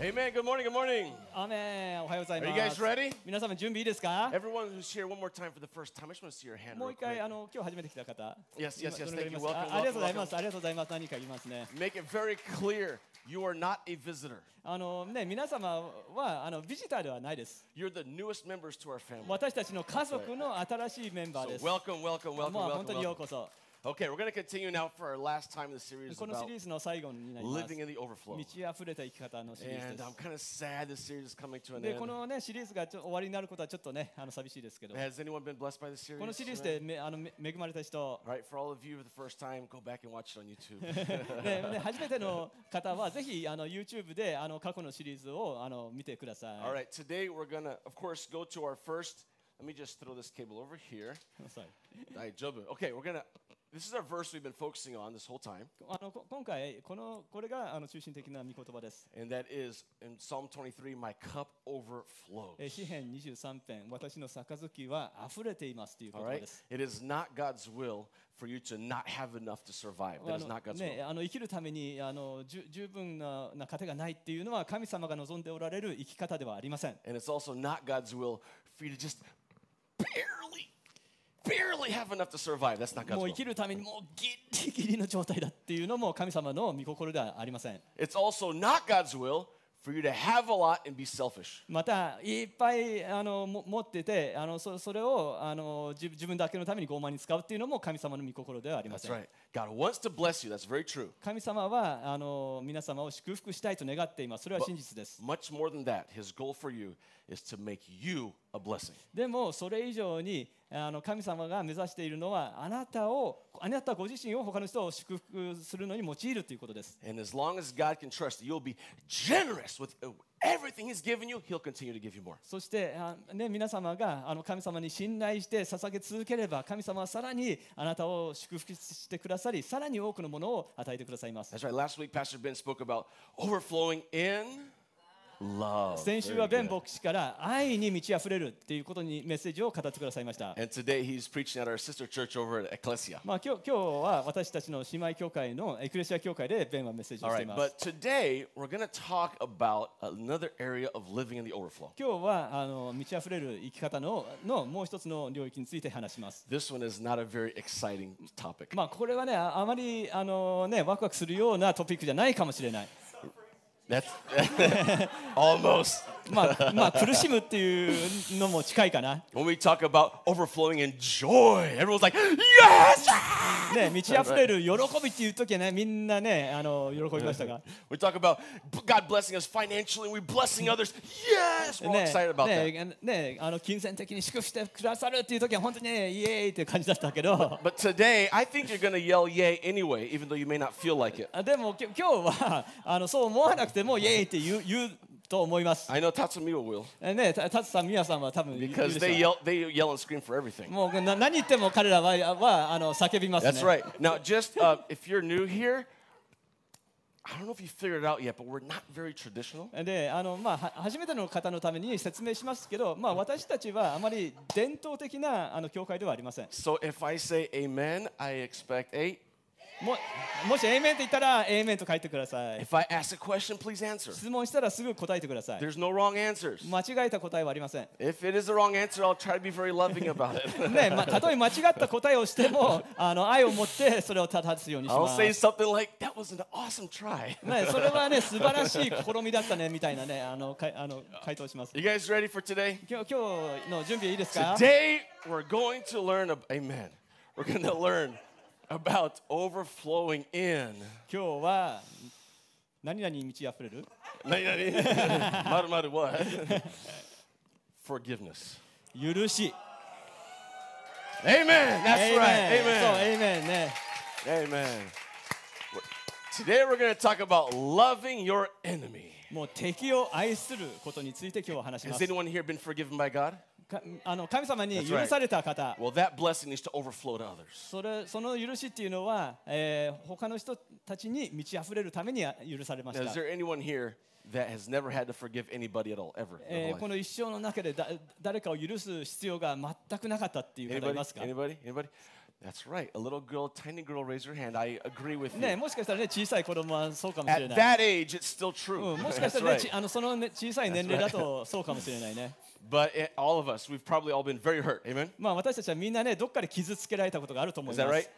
Amen. Good morning. Good morning. 雨おはようござい Are ま you す。 guys ready? 皆様準備いいですか？ Everyone who's here, one more time for the first time. I just want to see your hand. もう Real 一回 quick. あの今日初めて来た方。 Yes, yes, 今 yes. どのぐら Thank いい you. ますか Welcome. あありがとう welcome, welcome. ございますありがとうございます何人かいますね Make it very clear you are not a visitor. あのね皆様はあのビジターではないです You're the newest members to our family. 私たちの家族の新しいメンバー So です welcome, welcome, もう welcome, 本 welcome. 当によう welcome. こそ Okay, we're going to continue now for our last time in the series このシ about リーズの最後になります living in the overflow. 満ち溢れた生き方のシリーズ And で I'm す kind of sad this series is coming to an でこ end. のねシリーズがちょ終わりになることはちょっとねあの寂しいですけどこ Has anyone been blessed by this series? のシリーズ tonight? でめあのめ恵まれた人 All right, for all of you for the first time, go back and watch it on YouTube. ねね初めての方はぜひあの YouTube であの過去のシリーズをあの見てください All right, today we're gonna, of course, go to our first. Let me just throw this cable over here. はい Alright, Jobu. Okay, we're gonna. This is our verse we've been focusing on this whole time, あのこ今回このこれがあの中心的な見言葉です。 and that is in Psalm 23. My cup overflows. え ー詩編23編私の杯は溢れていますという言 All 葉 right, です。 it is not God's will for you to not have enough to survive. あ That is の not God's ね will. あの生きるためにあのじゅ十分なな糧がないっていうのは神様が望んでおられる生き方ではありません。 And it's also not God's will for you to just barely, barely have enough to survive. That's not も God's う生 will. きるためにもうギリギリの状態だっていうのも神様の御心ではありません。 It's also not God's will for you to have a lot and be selfish. またいっぱいあのも持っててあのそそれをあの自自分だけのために傲慢に使うっていうのも神様の御心ではありませ That's ん。 right. God wants to bless you. That's very true. 神様はあの皆様を祝福したいと願っています。それは真実です。 Much more than that, His goal for you is to make you a blessing. でもそれ以上にあの神様が目指しているのはあなたをあなたご自身を他の人を祝福するのに用いるということです。 And as long as God can trust that you'll be generous with everything He's given you, He'll continue to give you more. そしてあ、ね、皆様があの神様に信頼して捧げ続ければ神様はさらにあなたを祝福してくださりさらに多くのものを与えてくださいます。 That's right. Last week, Pastor Ben spoke about overflowing in love. 先週 Very は good. ベン牧師から愛に満ち溢れるっていうことにメッセージを語ってくださいました。 And today, he's preaching at our sister church over at Ecclesia. まあ、今日今日は私たちの姉妹教会のエクレシア教会でベンはメッセージを All してい right. ます。 But today, we're going to talk about another area of living in the overflow. 今日はあの満ち溢れる生き方ののもう一つの領域について話します。 This one is not a very exciting topic. まあこれはねああまりあのねワクワクするようなトピックじゃないかもしれない。 That's almost. ま あまあ苦しむっていうのも近いかな。 When we talk about overflowing in joy, everyone's like, yes! ね満ち溢れる喜びっていう時はねみんなねあの喜びましたが。 We talk about God blessing us financially and we're blessing others. Yes! We're all ね excited about that. ねねあの金銭的に祝福してくださるっていう時は本当にねイエーイっていう感じだったけど。 But today, I think you're going to yell yay anyway, even though you may not feel like it. あでもきょ今日はあのそう思わなくてもイエーイって言う言うと思います。 I know Tatsumiwa will, ねたたつさんみやさんは多分言うでしょ because they yell, う they yell and scream for everything. もうな何言っても彼らははあの叫びますね。 That's right. Now, just uh, if you're new here, I don't know if you figured it out yet, but we're not very traditional. であのまあ、は初めての方のために説明しますけど、まあ、私たちはあまり伝統的なあの教会ではありません So if I say amen, I expect eight. ももし「エイメン」って言ったら「エイメン」と書いてください If I ask a question, please answer. 質問したらすぐ答えてください There's no wrong answers. 間違えた答えはありません、 If it is the wrong answer, I'll try to be very loving about it. ねまあ、たとえ間違った答えをして もあの愛を持ってそれを正すようにし I'll ます、 say ね、 something like, that was an awesome try. それはね素晴らしい試みだったねみたいなねあのかいあの回答します You guys ready for today? 今日今日の準備いいですか Today, we're going to learn, ab- amen. We're going to learn about overflowing in. 今日は何々に満ち溢れる Nani, nani? Maru, maru, what? Forgiveness. 許し Amen. That's right. そう、 Amen. エイメンね。 Amen. We're- Today, we're going to talk about loving your enemy. もう敵を愛することについて今日は話しま Has す。 anyone here been forgiven by God? かあの神様に That's right. 許された方、 Well, that blessing needs to overflow to others. それその許しっていうのは、えー他の人たちに満ち溢れるために許されま Now, し is た。 there anyone here that has never had to forgive anybody at all, ever? in their えー life? この一生の中でだ誰かを許す必要が全くなかったっていう方い Anybody? ますか Anybody? Anybody? That's right. A little girl, tiny girl, raise your hand. I agree with you. ね、もしかしたらね、小さい子供はそうかもしれ At ない。 that age, it's still う true. ん、もしかし That's たらね、 right. ちあのその、ね、小さい年齢だとそうかもしれないね。 But it, all of us, we've probably all been very hurt. Amen? まあ私たちはみんなね、どっかで傷つけられたことがあると思い Is ま that す。 right?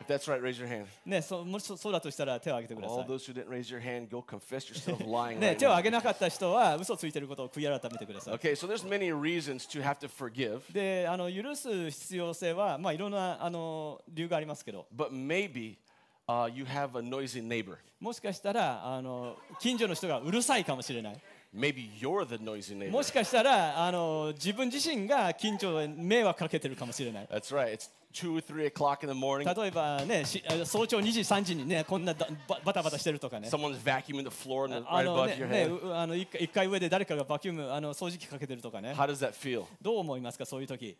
If that's right, raise your hand. ね、そもしそそうだとしたら手を挙げてくだ All さ those who didn't raise your hand, go confess yourself lying. い。ね、 right 手を now. 挙げなかった人は嘘ついてることを悔い改めてください。 Okay, so there's many reasons to have to forgive, で、あの許す必要性は、まあいろんなあの理由がありますけど、 but maybe uh, you have a noisy neighbor. もしかしたらあの近所の人がうるさいかもしれない。 Maybe you're the noisy neighbor. もしかしたらあの自分自身が近所に迷惑かけてるかもしれない。 That's right. It's two or three o'clock in the morning. 例えばね、しあ早朝2時、3時にね、こんなだババタバタしてるとかね。 Someone's vacuuming the floor and あ right above のね your ね head. うあの一階一階上で誰かがバキュームあの掃除機かけてるとかね How does that feel? どう思いますかそういう時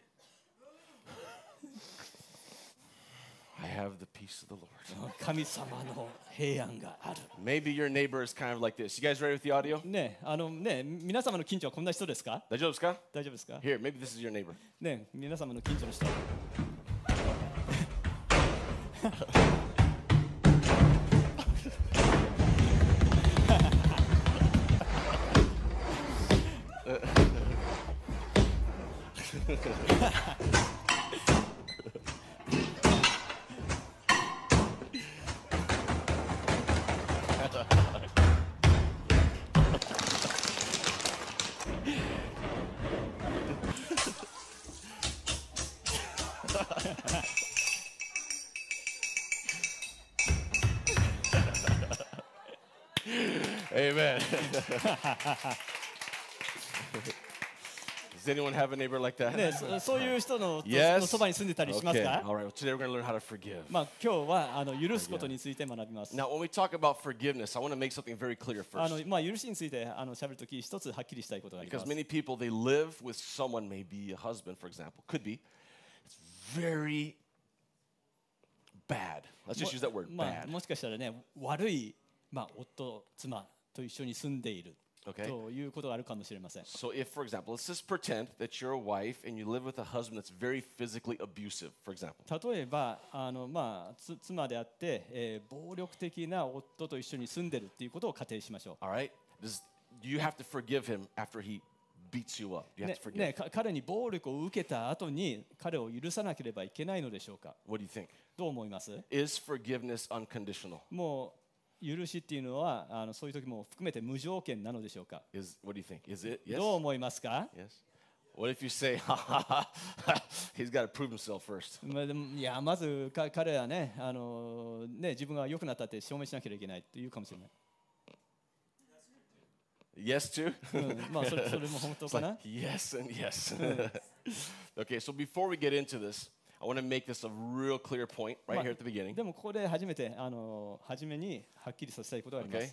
I have the peace of the Lord. 神様の平安がある Maybe your neighbor is kind of like this. You guys ready with the audio? ねあのね皆様の近所はこんな人ですか大丈夫ですか?大丈夫ですか Here, maybe this is your neighbor. ね皆様の近所の人 Amen. Does anyone have a neighbor like that? ねそそういう人の Yes. のそばに住んでたりします Okay. か All right. Well, today we're going to learn how to forgive. まあ今日はあの許すことについて学びます。 Now, when we talk about forgiveness, I want to make something very clear あ first. のまあ許しについてあの喋るとき一つはっきりしたいことがありま Because す。 many people, they live with someone, maybe a husband, for example, could be. It's very bad. Let's just use that word, まあ bad. もしかしたらね悪いまあ夫妻と一緒に住んでいる Okay. ということがあるかもしれません。 So, if, for example, let's just pretend that you're a wife and you live with a husband that's very physically abusive, for example. 例えばあの、まあ、つ妻であって、えー暴力的な夫と一緒に住んでるっていうことを仮定しましょ All right? Does, do you have to forgive him after he beats you up? Do you have う、ね to forgive? ね、か彼に暴力を受けた後に彼を許さなければいけないのでしょうか What do you think? どう思います Is forgiveness unconditional? もう許しっていうのはあのそういう時も含めて無条件なのでしょうか Is what do you think? Is it? Yes. どう思いますか Yes. What if you say, ha ha ha, he's got to prove himself first? まあでもいやまずか彼はね,、あのね自分が良くなったって証明しなければいけないっていうかもしれない、 Yes, too? うんまあ、それそれも本当 It's か like, な、 yes and yes. okay, so before we get into this, I want to make this a real clear point right Ma- here at the beginning. でもここで初めて、あの初めにはっきりさせたいことがあります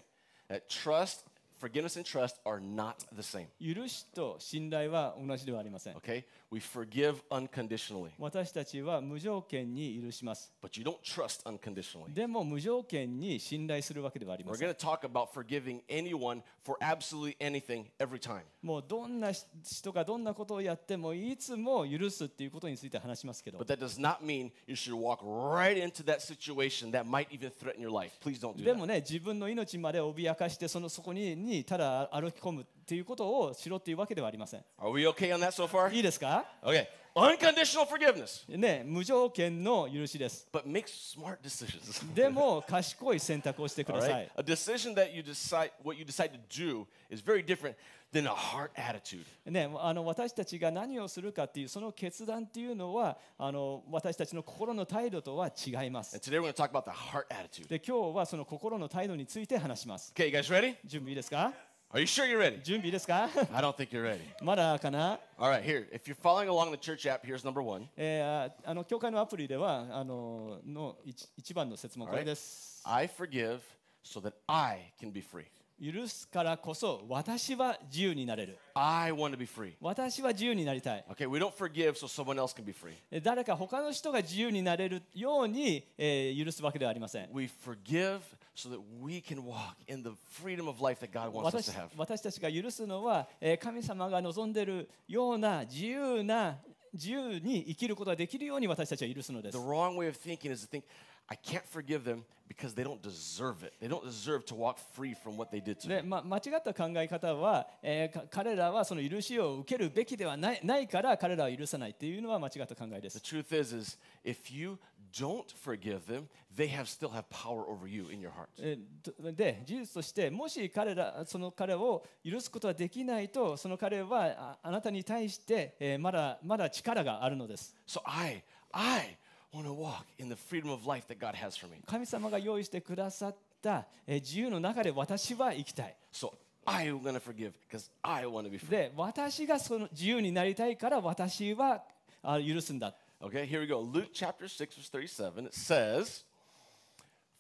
Okay? That trust, forgiveness and trust are not the same. 許しと信頼は同じではありません。 Okay? We forgive unconditionally, 私たちは無条件に許します。 but you don't trust unconditionally. でも無条件に信頼するわけではありま We're せん。 going to talk about forgiving anyone for absolutely anything every time. もうどんなし人がどんなことをやってもいつも許すっていうことについて話しますけど But。that does not mean you should walk right into that situation that might even threaten your life. Please don't do で that. もね、自分の命まで脅かして、そのそこににただ歩き込むっていうことをしろっていうわけではありませ ん。 Are we okay on that so far? いいですか Okay. Unconditional forgiveness, ね、無条件の許しです。 but make smart decisions. でも、賢い選択をしてく All ださ right? い。 A decision that you decide, what you decide to do, is very different than a heart attitude. ね、あの私たちが何をするかっていうその決断っていうのはあの私たちの心の態度とは違います And。today we're going to talk about the heart attitude. で今日はその心の態度について話します。 Okay, you guys ready? 準備いいですか Are you sure you're ready? 準備いいですか I don't think you're ready. まだかな、 All right, here. If you're following along the church app, here's number one. えーああの教会のアプリではあのの一一番の説問これです。 I forgive so that I can be free. 許すからこそ私は自由になれる。 I want to be free. 私は自由になりたい。 Okay, we don't forgive so someone else can be free. え誰か他の人が自由になれるように、えー許すわけではありません。 We forgive so that we can walk in the freedom of life that God wants us 私 to have. 私たちが許すのは、えー神様が望んでいるような自由な自由に生きることができるように私たちは許すのです The。wrong way of thinking is to think, I can't forgive them because they don't deserve it. They don't deserve to walk free from what they did to me. でま、間違った考え方は、えーか彼らはその許しを受けるべきではないないから彼らは許さないっていうのは間違った考えです The。truth is, is if you don't forgive them, they have still have power over you in your heart. えーとで事実としてもし彼らその彼を許すことはできないとその彼はああなたに対して、えーまだまだ力があるのです So I, I want to walk in the freedom of life that God has for me. 神様が用意してくださった、えー自由の中で私は生きたい So I am going to forgive because I want to be free. で私がその自由になりたいから私はあ許すんだ Okay, here we go. Luke chapter 6, verse 37. It says,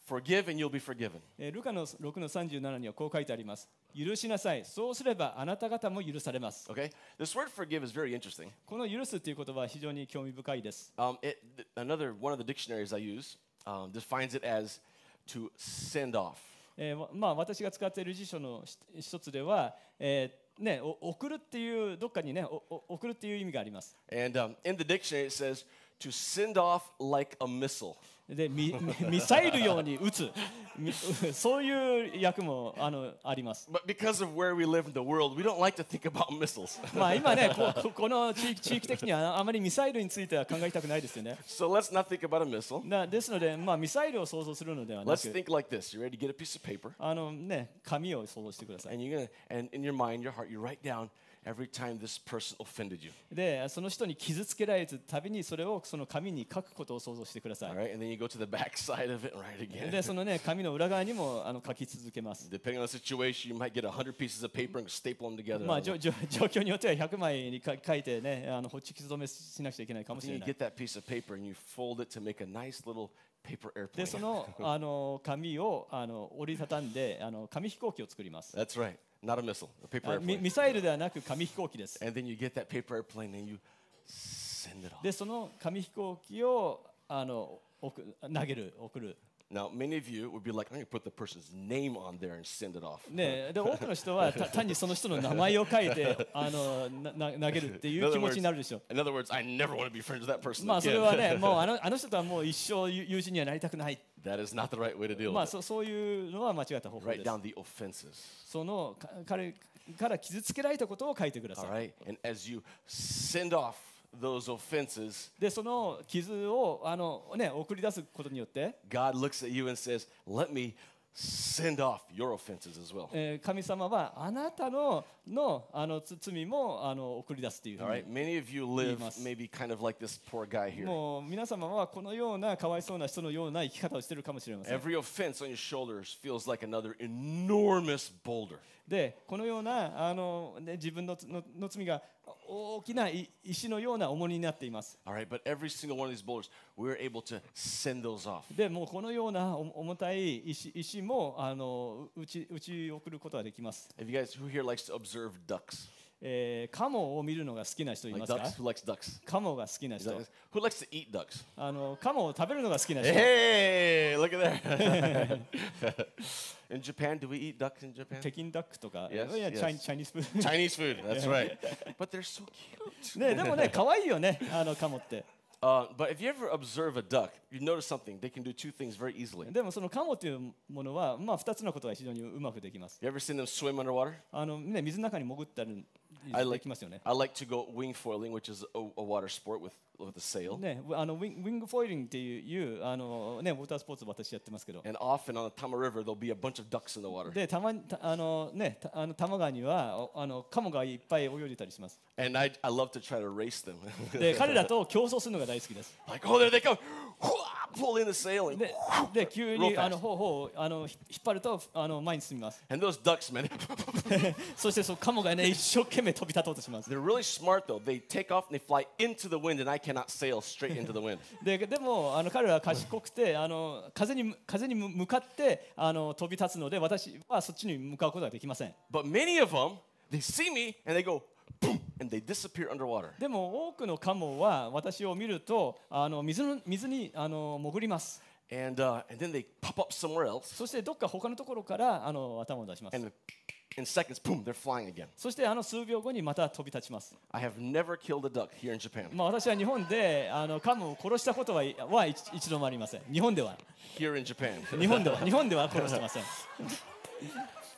Forgive and you'll be forgiven. えールカの6の37にはこう書いてあります許しなさいそうすればあなた方も許されます Okay, this word forgive is very interesting. この許すという言葉は非常に興味深いです Um, it, th- another one of the dictionaries I use um, defines it as to send off. えーわまあ、私が使っている辞書のひ一つでは、えーね、お送るっていうどっかにねおお送るっていう意味があります And um, in the dictionary, it says to send off like a missile. でミ ミサイルように撃つみ そういう役もあのあります、 But because of where we live in the world, we don't like to think about missiles. まあ、今ねこここの地域地域的にはああまりミサイルについては考えたくないですよね so let's not think about a missile. なですので、まあ、ミサイルを想像するのではな Let's く think like this. You ready to get a piece of paper? あの、ね、紙を想像してください And you're gonna, and in your mind, your heart, you write down every time this person offended you. でその人に傷つけられるたびにそれをその紙に書くことを想像してください All right, and then you go to the back side of it and write again. でそのね紙の裏側にもあの書き続けます。 Depending on the situation, you might get 100 pieces of paper and staple them together. ま I don't あ、じ know. ょじょ状況によっては100枚にか書いてねあのホッチキス止めしなくちゃいけないかもし Then れ you ない。 get that piece of paper and you fold it to make a nice little paper で airplane. そのあの紙をあの折りたたんであの紙飛行機を作り ます。 That's right. Not a missile, a paper あミ airplane. ミサイルではなく紙飛行機です。 And then you get that paper airplane and you send it off. でその紙飛行機をあの送投げる送る。 Now, many of you would be like, I'm going to put the person's name on there and send it off. ね、で多くの人はた単にその人の名前を書いてあのなな投げるってい In う other 気持 words, ちになるでしょう。 in other words, I never want to be friends with that person. まあそれは again. ねもうあのあの人とはもう一生友友人にはなりたくない。 that is not the right way to deal まあ with it. そそういうのは間違った方法 Write です down the offenses. そのか彼から傷つけられたことを書いてくださ All い、 right? And as you send off those offenses, でその傷をあの、ね、送り出すことによって、 God looks at you and says, Let me send off your offenses as well. えー神様はあなたののあのつ罪もあの送り出すというふ All う right, に many of you live must. maybe kind of like this poor guy here. もう皆様はこのようなかわいそうな人のような生き方をしているかもしれません Every offense on your shoulders feels like another enormous boulder. でこのようなあの、ね、自分のつのの罪が大きない石のような重荷になっています All right, but every single one of these boulders, we're able to send those off. でもうこのような重重たい石石もあのう打ち打ち送ることができます、 If you guys who here likes to observe ducks, えーカモを見るのが好きな人い like ます ducks, か who likes ducks? カモが好きな Is that- 人 who likes to eat ducks? あのカモを食べるのが好きな人、 Hey, look at that. in Japan, do we eat ducks in Japan? 北京ダックとか、 Yes, いや yes. チャイチャイニーズフー Chinese food, that's right. But they're so cute. ド ねでもね可愛いよねあのカモって Uh, but if you ever observe a duck, you notice something. They can do two things very easily. でもそのカモっていうものはまあ二つのことが非常にうまくできます You ever seen them swim underwater? あのね水の中に潜ったり I で like, きますよね I like to go wing foiling, which is a, a water sport with, with a sail. ねあのウィンウィングフォイリングっていういうあのねウォータースポーツを私やってますけど And often on the Tama River, there'll be a bunch of ducks in the water. でたまにたあのねたあの多摩川にはおあのカモがいっぱい泳いでたりします And I, I love to try to race them. で彼らと競争するのが大好きです like, oh, there they come. Pull in the sail. And, でで急 Real に fast. あの方法をあのひ引っ張るとあの前に進みます and those ducks, man, そしてそのカモがね一生懸命飛び立とうとします they're really smart, though. They take off and they fly into the wind, and I cannot sail straight into the wind. ででもあの彼らは賢くてあの風に風に向向かってあの飛び立つので私はそっちに向かうことができません But many of them, they see me and they go, boom, and they disappear underwater. でも多くのカモは私を見るとあの水の水にあの潜ります And, uh, and then they pop up somewhere else そしてどっか他のところからあの頭を出します and in seconds, boom, they're flying again. そしてあの数秒後にまた飛び立ちます。 I have never killed a duck here in Japan. まあ、私は日本であのカムを殺したことはいは一一度もありません。日本では。 Here in Japan. 日本では。日本では殺してません。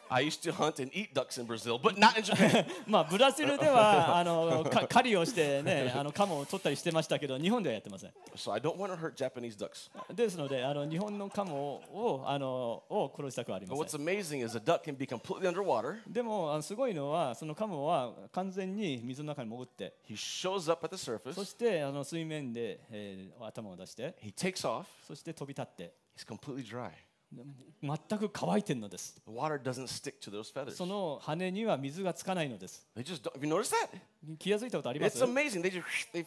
I used to hunt and eat ducks in Brazil, but not in Japan. まあ、ブラジルではあのか狩りをして、ね、あのカモを取ったりしてましたけど、日本ではやってません。 so I don't want to hurt Japanese ducks. ですので、あの日本のカモをあのを殺したくはありま But せん what's。amazing is a duck can be completely underwater. でもあのすごいのはそのカモは完全に水の中に潜って He shows up at the そ surface. してあの水面で、えー頭を出して He takes off. そして飛び立って He's completely dry. で全く乾いてるのです The water doesn't stick to those feathers. その羽には水がつかないのです They just don't. Have you noticed that? 気が付いたことあります It's amazing. They just. They,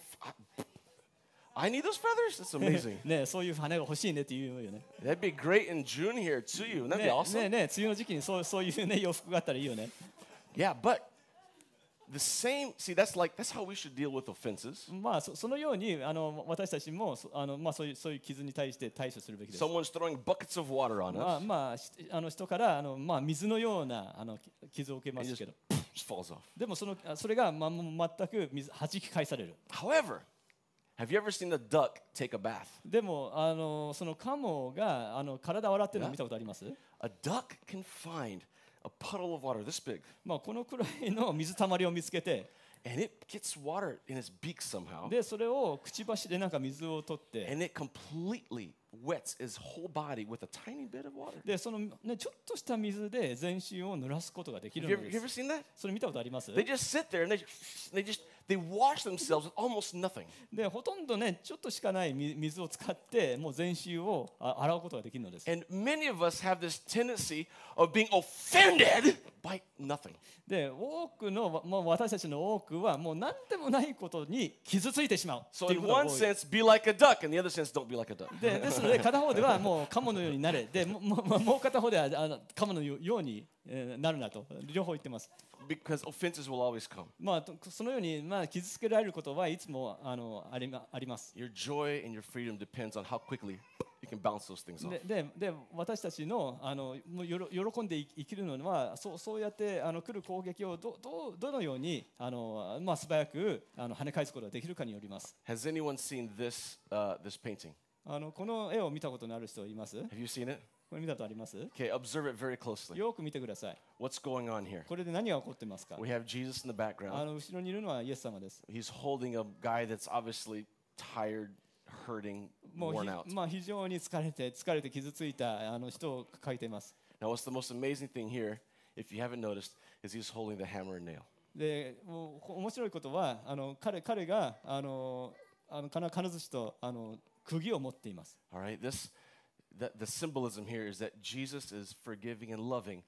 I need those feathers. It's amazing. ねそういう羽が欲しいねって言うよね That'd be great in June here too. You. That'd ね be awesome. ねね梅雨の時期にそうそういう、ね、洋服があったらいいよね Yeah, but the same. See, that's like that's how we should deal with offenses. まあそそのようにあの私たちもそあの、まあ、そういうそういう傷に対して対処するべきです Someone's throwing buckets of water on まあ us. まあしあの人からあの、まあ、水のようなあのき傷を受けますけど Just falls off. でもそのあそれが、ま、もう全く水弾き返される However, have you ever seen a duck take a bath? でもあのそのカモがあの体を洗ってるの見たことあります、 A duck can find a puddle of water this big, まあ、このくらいの水たまりを見つけて and it gets water in its beak somehow, でそれをくちばしでなんか水を取って。 and it completely wets its whole body with a tiny bit of water. でそのね、ちょっとした水で全身を濡らすことができ Have る you の ever, で you ever す。 seen that? それ見たことあります They just sit there and they, they just they wash themselves with almost nothing. でほとんどねちょっとしかないみ水を使ってもう全身をあ洗うことができるのです。 And many of us have this tendency of being offended by nothing. で多くのわもう私たちの多くはもう何でもないことに傷ついてしまう So っていうこ in とが one 多い。 sense, be like a duck, in the other sense, don't be like a duck. でですので片方ではもうカモのようになれでももももう片方ではあのカモのよようにえーなるなと両方言ってます。 Because offenses will always come. まあとそのようにまあ傷つけられることはいつもあのありまあります。 Your joy and your freedom depends on how quickly you can bounce those things off. ででで私たちのあのもうよろ喜んでい生きるのはそうそうやってあの来る攻撃をどどうどのようにあの、まあ、素早くあの跳ね返すことができるかによります。 Has anyone seen this uh, this painting? あのこの絵を見たことのある人います Have you seen it? これ見たことあります Okay, observe it very closely. よく見てください。 What's going on here? これで何が起こってますか We have Jesus in the あ background. の後ろにいるのはイエス様です。 He's holding a guy that's obviously tired, hurting, もう worn ひ out. まあ、非常に疲れて疲れて傷ついたあの人を描いています。 Now, what's the most amazing thing here, if you haven't noticed, is he's holding the hammer and nail. でもうこ面白いことはあの彼彼があのあの金金槌とあの釘を持っています。 All right, this that the symbolism here is that Jesus is forgiving and loving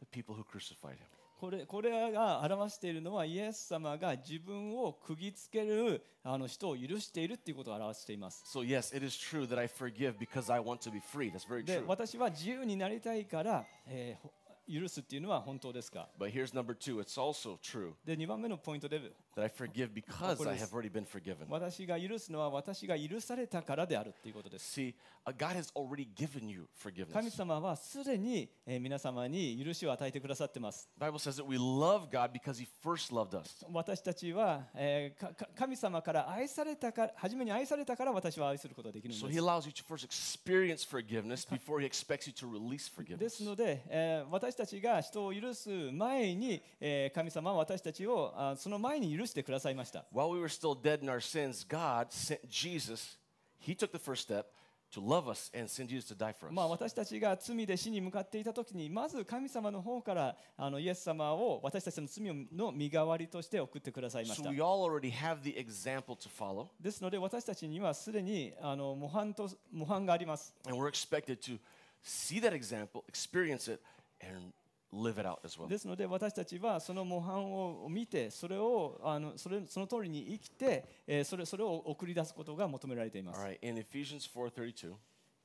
the people who crucified him. これこれが表しているのはイエス様が自分を釘つけるあの人を許しているっていうことを表しています。 So yes, it is true that I forgive because I want to be free. That's very で true. 私は自由になりたいから、えーほ許すっていうのは本当ですか But here's number two. It's also true で2番目のポイントで that I forgive because I Acuérdese. have already been forgiven. 私が許すのは私が許されたからであるっていうことです。 See, uh, God has already given you 神 forgiveness. 様はすでに、えー皆様に許しを与えてくださってます。 The Bible says that we love God because He first loved us. 私たちは、えーかか神様から愛されたから、初めに愛されたから私は愛することができるん So で He す。 allows you to first experience forgiveness before He expects you to release で forgiveness. すので、えー私たちが人を許す前に、えー神様は私たちをあその前に許してくださいました。 While we were still dead in our sins, God sent Jesus. He took the first step to love us and send Jesus to die for まあ、 us. 私たちが罪で死に向かっていた時にまず神様の方からあのイエス様を私たちの罪をの身代わりとして送ってくださいまし So た we。all already have the example to follow, ですので私たちにはすでにあの模範と模範があります。 and we're expected to see that example, experience it, and live it out as well. ですので私たちはその模範を見てそれをあのそれその通りに生きて、えーそれそれを送り出すことが求められていま All す。 right, in Ephesians 4:32.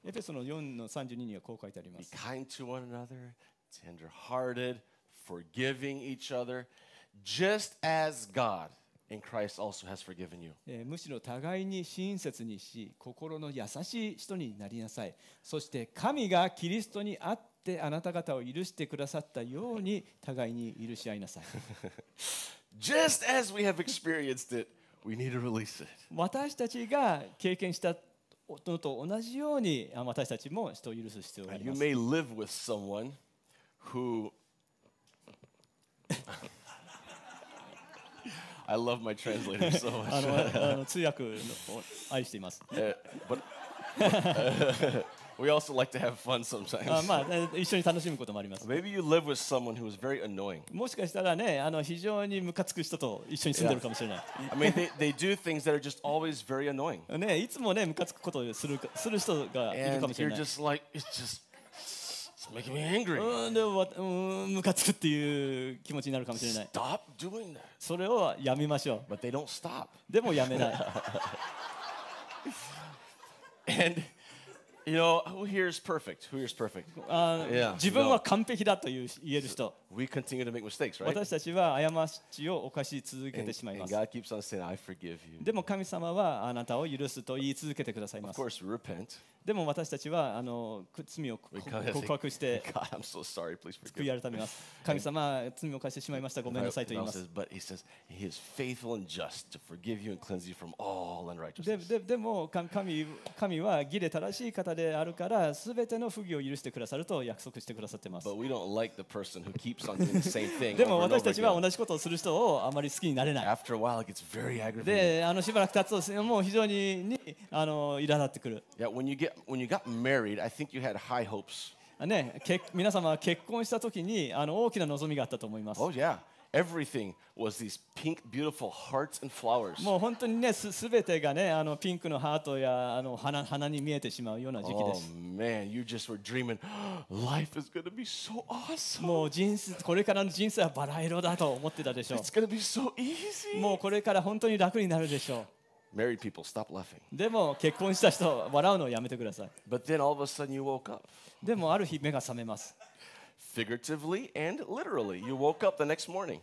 エペソの4の32にはこう書いてありま Be す。 kind to one another, tenderhearted, forgiving each other, just as God in Christ also has forgiven you. えーむしろ互いに親切にし心の優しい人になりなさいそして神がキリストにあっってあなた方を許してくださったように互いに許し合いな さい Just as we have experienced it, we need to release it. 私たちが経験したのと同じようにあ私たちも人を許す必要があり You ます may live with someone who. I love my translator so あ much. のあの通訳のを愛しています Uh, but we also like to have fun あ sometimes. まあえ一緒に楽しむこともあります Maybe you live with someone who is very annoying. もしかしたらねあの非常にムカつく人と一緒に住んでるかもしれない I mean, they, they do things that are just always very annoying. ね、いつもねムカつくことをするかする人がいるか And もしれ you're ない。 just like, it's just it's making me angry. うーんでもわうーんムカつくっていう気持ちになるかもしれない。 Stop doing that. それをやめましょ But they don't stop. う。でもやめない。 And, you know, who here is perfect? Who here is perfect? あ Yeah, 自分は完璧だという言える人。 We continue to make mistakes, right? 私たちは過ちを犯し続け And, てしまいま and す。 God keeps on saying, I forgive you. でも神様はあなたを許すと言い続けてくださいま Of す。 course, we repent. でも私たちはあのく罪を告 We come and 告白して God, I'm so sorry. Please 悔 forgive い改めます。神様、罪を犯してしまいました。ごめんなさいと言 Bible います。 says, but he says, He is faithful and just to forgive you and cleanse you from all で unrighteousness. ででも神神神は義で正しい方であるからすべての不義を許してくださると約束してくださってます。 But we don't like the person who keeps on doing the same thing. でも over and 私 over たちは again. 同じことをする人をあまり好きになれない。 After a while, it gets very aggravating. で、あのしばらく経つともう非常ににあの苛立ってくる。 Yeah, when you get when you got married, I think you had high hopes. ね、結皆様は結婚した時にあの大きな望みがあったと思います。 Oh yeah, everything was these pink, beautiful hearts and flowers. もう本当にねすすべてがねあのピンクのハートやあの花花に見えてしまうような時期で Oh す。 man, you just were dreaming. Life is gonna be so awesome. もう人生これからの人生はバラ色だと思って たでしょ It's gonna be so う。 easy. もうこれから本当に楽になるでしょう。 Married people, stop laughing. でも結婚した人笑うのをやめてください But then all of a sudden you woke up, でもある日目が覚めます figuratively and literally. You woke up the next morning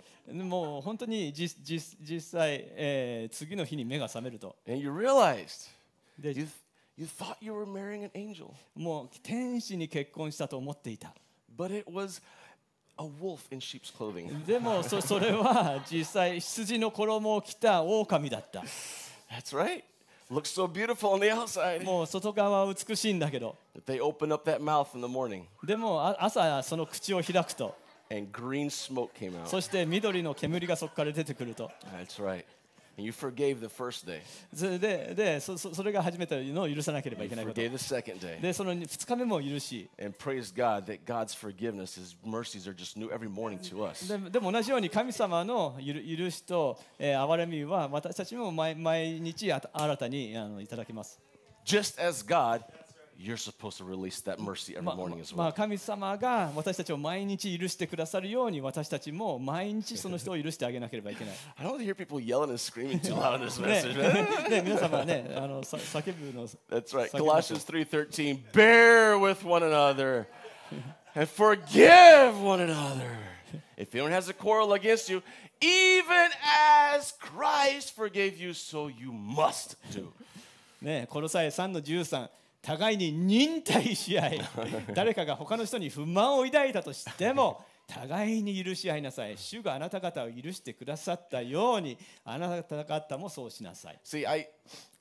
もう本当に実実実際、えー次の日に目が覚めると and you realized で you you thought you were marrying an angel, もう天使に結婚したと思っていた but it was a wolf in sheep's clothing. でもそそれは実際羊の衣を着た狼だった That's right. Looks so beautiful on the outside. もう外側は美しいんだけど But they open up that mouth in the morning でもあ朝その口を開くと and green smoke came out. そして緑の煙がそこから出てくると That's right. And you forgave the first day. それででそそそれが初めてのを許さなければ You いけないこと forgave the second day. でその2日目も許し And praise God that God's forgiveness, His mercies are just new every morning to us. ででも同じように神様のゆる許しと、えー、憐れみは私たちも毎毎日あた新たにあのいただきます。 Just as God, you're supposed to release that mercy every ま morning as まあ、 well. 神様が私たちを毎日許してくださるように私たちも毎日その人を許してあげなければいけない。 I don't hear people yelling and screaming too loud in this ね message. ね皆様ねあのさ叫ぶの That's right. Second Colossians 3:13, bear with one another and forgive one another. If anyone has a quarrel against you, even as Christ forgave you, so you must do. ねこの際3の13互いに忍耐し合い誰かが他の人に不満を抱いたとしても互いに許し合いなさい主があなた方を許してくださったようにあなた方もそうしなさい See, I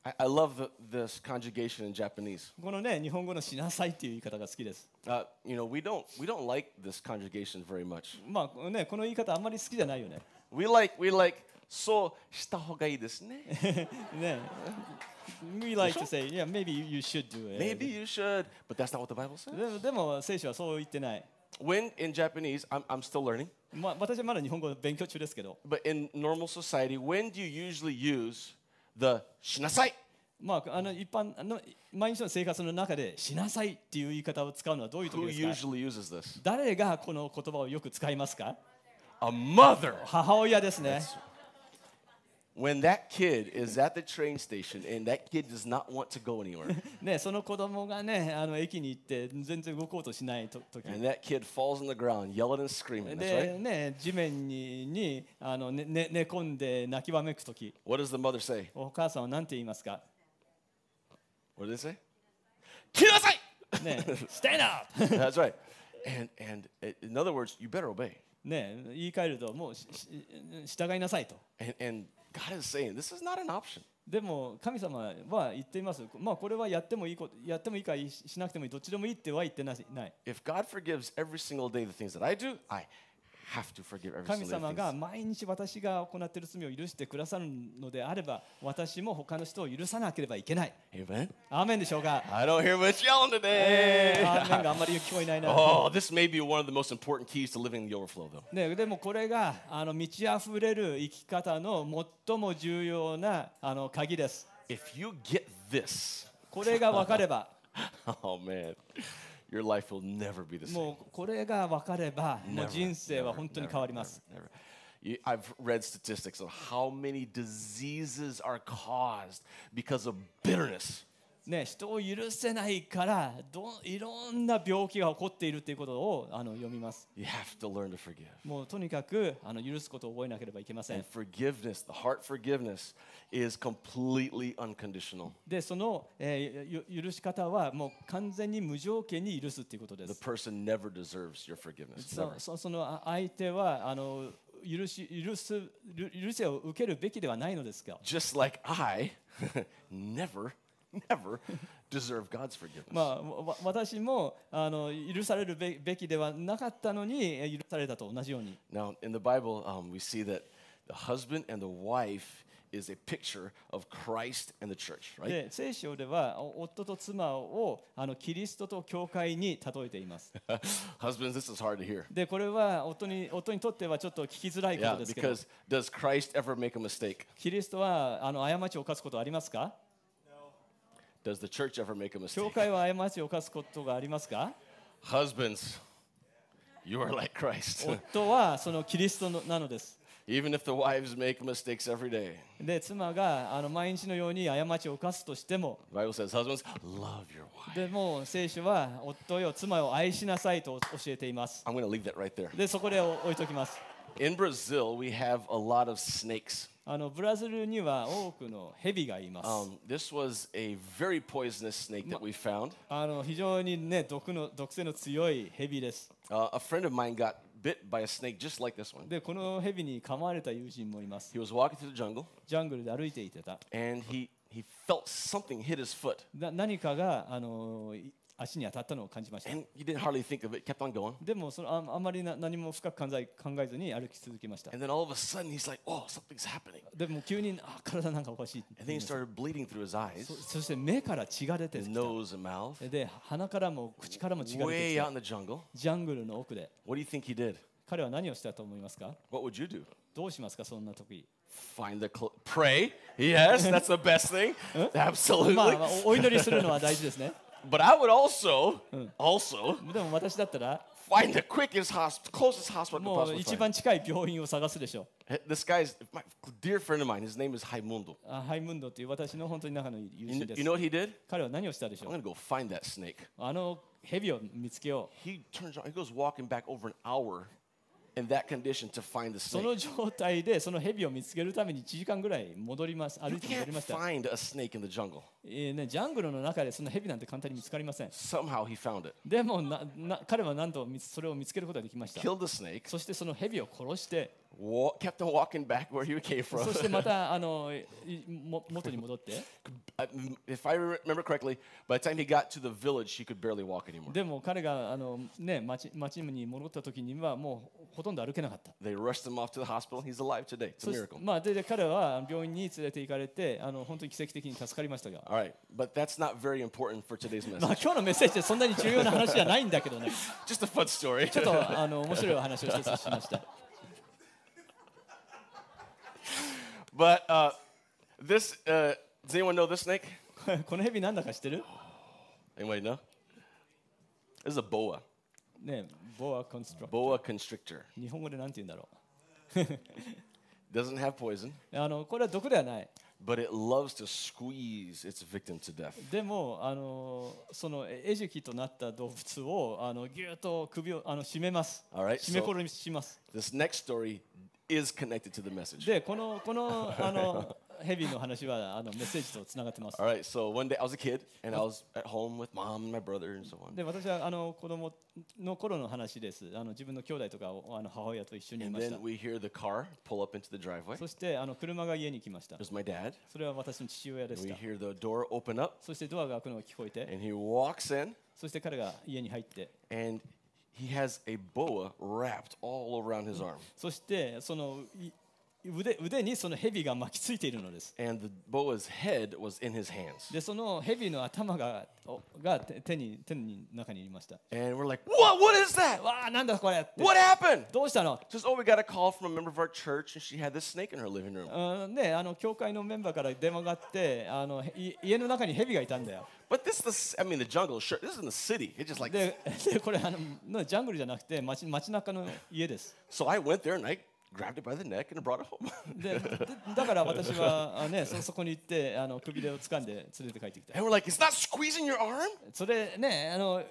I, I love the, this conjugation in Japanese. このね日本語の「しなさい」っていう言い方が好きです Uh, you know, we don't we don't like this conjugation very much. まあこのねこの言い方あんまり好きじゃないよね We like we like so した方がいいですね.ね We like to say yeah maybe you should do it Maybe you should, but that's not what the Bible says. でもでも聖書はそう言ってない When in Japanese, I'm I'm still learning. まあ私はまだ日本語勉強中ですけど But in normal society, when do you usually use the shinasai? まあ、あの一般あの毎日の生活の中で「しなさい」っていう言い方を使うのはどういう時 Who ですか usually uses this? 誰がこの言葉をよく使いますか A mother. 母親ですね When that kid is at the train station and that kid does not want to go anywhere, ねその子供がねあの駅に行って全然動こうとしないと時 and that kid falls on the ground yelling and screaming, that's で right. ね地面ににあの、ねね、寝込んで泣きわめく時 What does the mother say? お母さんは何て言いますか What do they say? Kinasai! ね Stand up! that's right. And, and uh, in other words, you better obey. ねえ言い換えるともうしし従いなさいと And, and God is saying, this is not an option. でも神様は言っていますまあこれはやってもいいことやってもいいかいししなくてもいいどっちでもいいっては言ってなしない If God forgives every single day the things that I do, I have to forgive every 神 single 様 day. the が things- 毎日私が行っている罪を許してくださるのであれば私も他の人を許さなければいけない Amen. アーメンでしょうか I don't hear much yelling え today. ーアーメンがあんまり聞こえないな Oh, this may be one of the most important keys to living in the overflow, though. ね、でもこれがあの満ち溢れる生き方の最も重要なあの鍵です。 If you get this, これが分かれば、 oh man, your life will never be the same. もうこれが分かれば、もう Never, 人生は never, 本当に never, 変わります。 never, never. You- I've read statistics on how many diseases are caused because of bitterness. ね、人を許せないからどん、いろんな病気が起こっているということをあの読みます。 You have to learn to forgive. もうとにかくあの許すことを覚えなければいけません And。forgiveness, the heart forgiveness, is completely unconditional. で、その、えーゆ許し方はもう完全に無条件に許すということで The す。 person never deserves your forgiveness. そ Never. そそのあ相手はあの許し許す許許せを受けるべきではないのですが、 Just like I never, never deserve God's forgiveness. まあ、わわ私もあの許されるべべきではなかったのにえ許されたと同じように Now, in the Bible, um, we see that the husband and the wife is a picture of Christ and the church, right? で聖書ではお夫と妻をあのキリストと教会に例えています Husbands, this is hard to hear. でこれは夫に夫にとってはちょっと聞きづらいこ Yeah, とですけど because does Christ ever make a mistake? キリストはあの過ちを犯すことありますか Does the church ever make a 教 mistake? 会は過ちを犯すことがありますか Husbands, you are like Christ. 夫はそのキリストのなのです Even if the wives make mistakes every day, で妻があの毎日のように過ちを犯すとしても the Bible says, husbands, love your wife. でもう聖書は夫よ妻を愛しなさいと教えています I'm going to leave that right there. でそこで置いときます In Brazil, we have a lot of snakes. あのブラジルには多くのヘビがいます、 Um, this was a very poisonous snake that we found. あの非常にね毒の毒性の強いヘビです Uh, a friend of mine got bit by a snake just like this one. でこのヘビに噛まれた友人もいます He was walking through the jungle ジャングルで歩いていてた and he, he felt something hit his foot. な何かがあのい足に当たったのを感じました And he didn't hardly think of it, kept on going. でもそのああんまりな何も深く考え考えずに歩き続けました And then all of a sudden, he's like, oh, something's happening. でも急にあ体なんかおかしい And then he started bleeding through his eyes, そそして目から血が出て his きた nose and mouth, で鼻からも口からも血が出てき way た out in the jungle. ジャングルの奥で What do you think he did? 彼は何をしたと思いますか What would you do? どうしますかそんな時 Find the cl- pray. Yes, that's the best thing. Absolutely. まあ、まあおお祈りするのは大事ですね But I would also, also でも私だったら find the quickest hospital, closest hospital も I could う possibly 一 find. 番近い病院を探すでしょう This guy's my dear friend of mine. His name is Raimundo. あハイムンドっていう私の本当に仲のいい友 You, 人 kn- で you す know what he did? 彼は何をしたでし I'm ょう gonna go find that snake. あの蛇を見つけよう He turns around. He goes walking back over an hour in that condition to find the そ snake. の状態でその蛇を見つけるために1時間ぐらい戻ります歩 You いて戻り can't ました、 find a snake in the jungle. えーね、ジャングルの中でその蛇なんて簡単に見つかりません Somehow he found it. でもなな彼は何度も見つそれを見つけることができました Killed the snake. そしてその蛇を殺して、 Wa- kept on walking back where he came そ from. してま たあのいも元に戻って、 I- m- if I re- remember correctly, by the time he got to the village, he could barely walk anymore. でも彼があの、ね、町町に戻った時にはもうほとんど歩けなかった。 They rushed him off to the hospital. He's alive today. It's a そして miracle. まあ、でで彼は病院に連れて行かれてあの本当に奇跡的に助かりましたが、 All right, but that's not very important for today's ま message. あ、今日のメッセージってそんなに重要な話じゃないんだけどね Just a fun story. ちょっとあの面白いお話を一つしました But uh, this, uh, does anyone know this snake? この蛇なんだか知ってる、 Anybody know? This is a boa, ね、ボアコンストラク boa constrictor. 日本語でなんて言うんだろ Doesn't have poison, うあのこれは毒ではない but it loves to squeeze its victim to death. でもあのそのえ餌食となった動物をあのぎゅっと首をあの締めます、 Alright, 締め殺します This next story is connected to the message. でこのこのあのヘビーの話はあのメッセージとつながってます All。right, so one day I was a kid and I was at home with mom and my brother and so on. で私はあの子供の頃の話です。あの自分の兄弟とかをあの母親と一緒にい And ました then。we hear the car pull up into the driveway. It そしてあの車が家に来ました。 was my dad. それは私の父親で We した。 hear the door open up そしてドアが開くのが聞こえて、 and he walks in そして彼が家に入って、 and he has a boa wrapped all around his arm. そしてそのい腕腕にそのヘビが巻きついているのです。 And the boa's head was in his hands. でそのヘビの頭がおが手手に手に中にいました。 And we're like, what? What is that? わあなんだこれって What happened? どうしたの Just, oh, we got a call from a member of our church and she had this snake in her living room. うんねあの教会のメンバーから電話があってあのい家の中にヘビがいたんだよ But this, this I mean, the jungle, sure, this is in the city. It's just like, で でこれあののジャングルじゃなくて街街中の家です so I went there and I grabbed it by the neck and brought it home. ででだから私はあ、ね、そそこに行ってあのくびれを掴んで連れて帰ってきた and we're like, it's not squeezing your arm? それねあの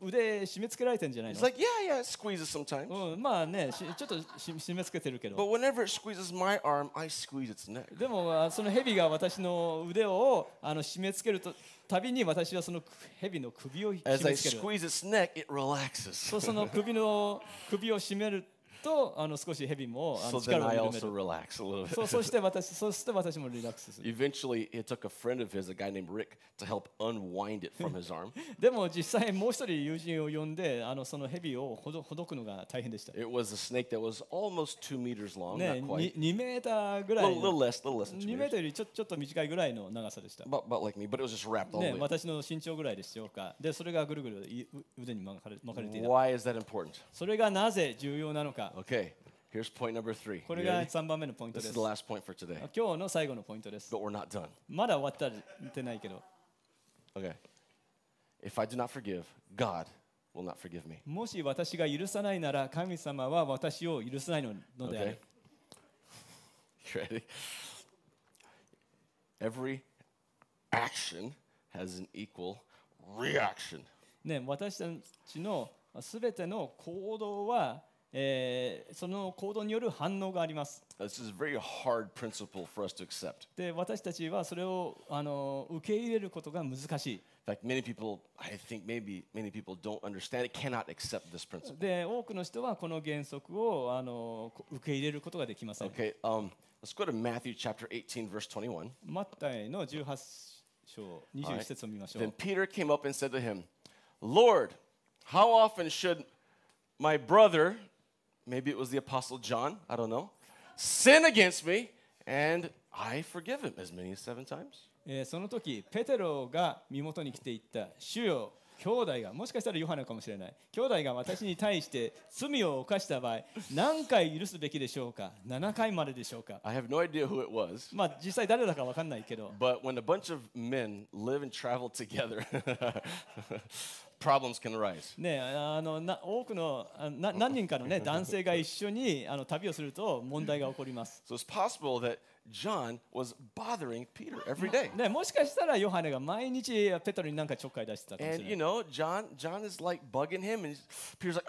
腕締め付けられてんじゃない It's の、 like, yeah, yeah, it squeezes sometimes. うん、まあねしちょっとし締め付けてるけ But ど whenever it squeezes my arm, I squeeze its neck. でもあそのヘビが私の腕をあの締め付けるとたびに私はそのヘビの首を締 As I め付ける squeeze its neck, it relaxes. と So その首の首を絞めるとあの少しヘビもあの then 力を I 緩め also る。 relax a little そう bit. そして私そして私もリラックスする。 Eventually, it took a friend of his, a guy named Rick, to help unwind it from his arm. でも実際もう一人友人を呼んであのそのヘビをほどほどくのが大変でした。ね It was a snake that was almost two meters long, 2 not quite. メーターぐ A ら little, い little の less, little less than two 2メー meters. ターよりちょちょっと短いぐらいの長さでした。 About, about like me, but it was just wrapped all ね the way. 私の身長ぐらいでしょうか。でそれがぐるぐるいう腕に巻かれ巻かれていた。 Why is that important? それがなぜ重要なのか。 Okay, here's point number three. これ You が ready? 3番目のポイント This で is the。す last point for today, 今日の最後のポイントです。 but we're not done. まだ終わってないけど。 Okay. If I do not forgive, God will not forgive me. もし私が許さないなら神様は私を許さないののである Okay. You ready? Every action has an equal reaction. ね、私たちのすべての行動は、えーその行動による反応があります。 This is a very hard principle for us to accept. で私たちはそれをあの受け入れることが難しい。 In fact, many people, I think maybe many people don't understand it, cannot accept this principle. で多くの人はこの原則をあのこ受け入れることができません。 Okay, um, let's go to Matthew chapter 18, verse 21. マタイの18章21節を見ましょう。 Then Peter came up and said to him, Lord, how often should my brother, maybe it was the apostle John, I don't know, sin against me and I forgive him as many as seven times? えーその時ペテロが身元に来ていった主よ兄弟がもしかしたらヨハネかもしれない兄弟が私に対して罪を犯した場合何回許すべきでしょうか7回まででしょうか I have no idea who it was, まあ実際誰だか分かんないけど but when a bunch of men live and travel together, problems can arise. ねあのな多くのあな何人かのね男性が一緒にあの旅をすると問題が起こります、 So it's possible that John was bothering Peter every day. ね、もしかしたらヨハネが毎日ペテロに何かちょっかい出してたかもし And れな you い know, John John is like bugging him and Peter's like,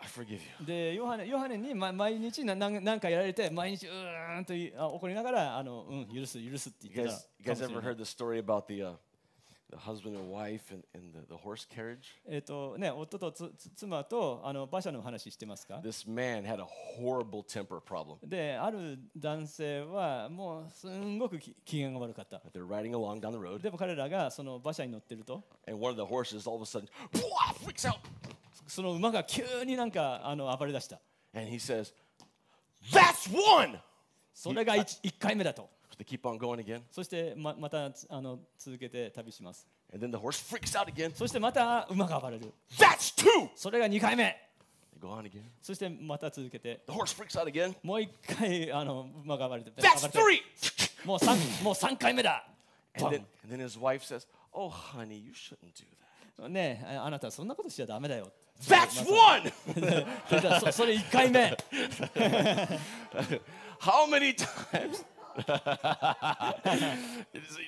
I forgive you. でヨハネヨハネに、ま、毎日ななんなんかやられて毎日うーんといあ怒りながらあの、うん、許す許すって言 You って guys, you た guys かもしれ ever ない heard the story about the, uh, the husband and wife and, and the, the horse carriage? えっ、とね夫とつつ妻とあの馬車の話してますか This man had a horrible temper problem. である男性はもうすんごくき機嫌が悪かった They're riding along down the road, でも彼らがその馬車に乗ってると and one of the horses all of a sudden "Pwah!" freaks out, その馬が急になんかあの暴れ出した and he says, "That's one." それが 1, 一回目だと They keep on going again, そしてままたつあの続けて旅します and then the horse freaks out again. そしてまた馬が暴れる That's two. それが2回目 They go on again. そしてまた続けて The horse freaks out again. もう一回 あの馬が暴れて That's 暴れ three. てもう三もう三回目だ And then, and then his wife says, "Oh, honey, you shouldn't do that." ねえああなたそんなことしちゃダメだよ That's one. それじゃそそれ一回目 How many times?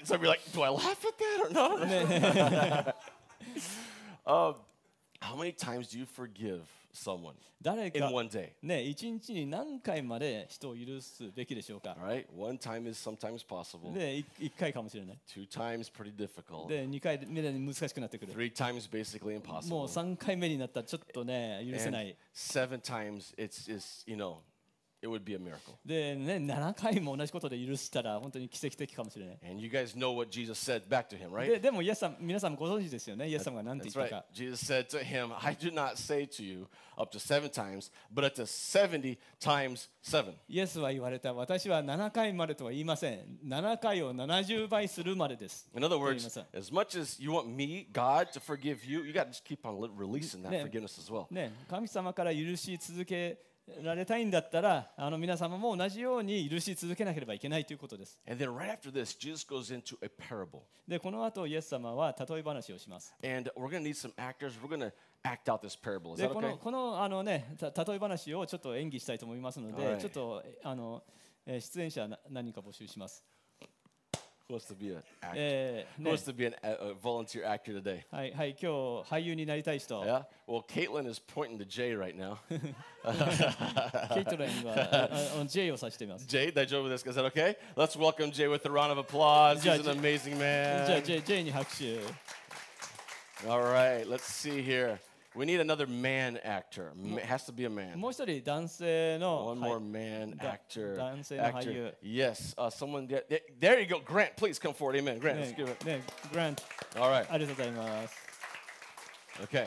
Somebody like, do I laugh at that or not? um, how many times do you forgive someone 誰 in か、 one day. ね、一日に何回まで人を許すべきでしょうか All right? One time is sometimes possible, で、い一回かもしれない。 two times, pretty difficult, で、二回目で難しくなってくる。 three times, basically もう impossible. 三回目になったらちょっとね、許せな And い。 seven times, it's just, you know, it would be a miracle. で、ね、7回も同じことで許したら本当に奇跡的かもしれない。 And you guys know what Jesus said back to him, で right? でもイエスさん、皆さんもご存知ですよね、イエス様が何て言 That's った right. か。 Jesus said to him, I do not say to you up to seven times, but up to 70 times seven. イエスは言われた、私は7回までとは言いません。7回を70倍するまでです。 In other と言いま words, す as much as you want me, God, to forgive you, you got to just keep on li- releasing that Yeah. forgiveness as well. ね、神様から許し続けられたいんだったら、あの皆様も同じように許し続けなければいけないということです。 And then right after this, Jesus goes into a parable. で、この後イエス様は例え話をします。 And we're going to need some actors. We're going to act out this parable. Is で、 that こ okay? のこのあの、ね、た例え話をちょっと演技したいと思いますので、はいちょっとえあのえー出演者な何人か募集します。 Who wants to be an actor? えー Who ね wants to be an, a, a volunteer actor today? はい、はい、今日俳優になりたい人。 Yeah? Well, Caitlin is pointing to Jay right now. ケイトレインは あああ J を指しています。 Jay, did I joke with this? Is that okay? Let's welcome Jay with a round of applause. Yeah, He's an Jay- amazing じ man. ゃあ J, J に拍手。 All right, let's see here. We need another man actor. Ma- has to be a man. もう一人男性の One はい more man Da- actor. dancing actor. Hayu. Yes, uh, someone there, there. There you go, Grant. Please come forward. Amen, Grant. Let's ね give it. ね、グラント All right. ありがとうございます。 Okay.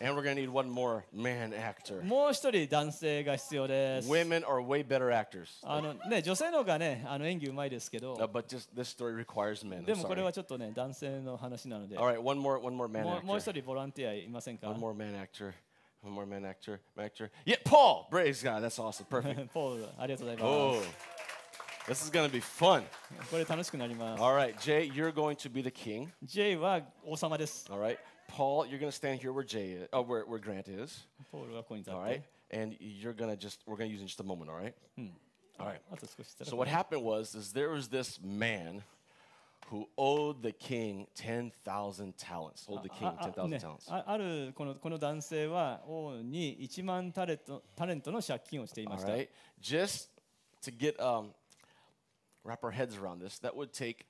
And we're gonna need one more man actor. もう一人男性が必要です。 Women are way better actors, あのね女性の方がねあの演技うまいですけ Uh, ど、 but just this story requires men. I'm でもこれ sorry. はちょっとね男性の話なので、 All right, one more, one more man もうもう一 actor. 人ボランティアいませんか One？more man actor. One more man actor. Man actor. Yeah, Paul. Praise God. That's awesome. Perfect. ポールありがとうございます。 oh, this is gonna be fun. これ楽しくなります。 All right, Jay, you're going to be the king. J は王様です。 All right, Paul, you're gonna stand here where Jay is, uh, where, where Grant is. ポールはここに立 All っ right. て、 And you're gonna just we're gonna use it in just a moment, all right? All right. あと少ししたら So what happened was is there was this man who owed the king ten thousand talents. Owed the king あ ten あね thousand talents. ああるこのこの男性は王に1万タレントタレントの借金をしていま All した right. Just to get um wrap our heads around this, that would take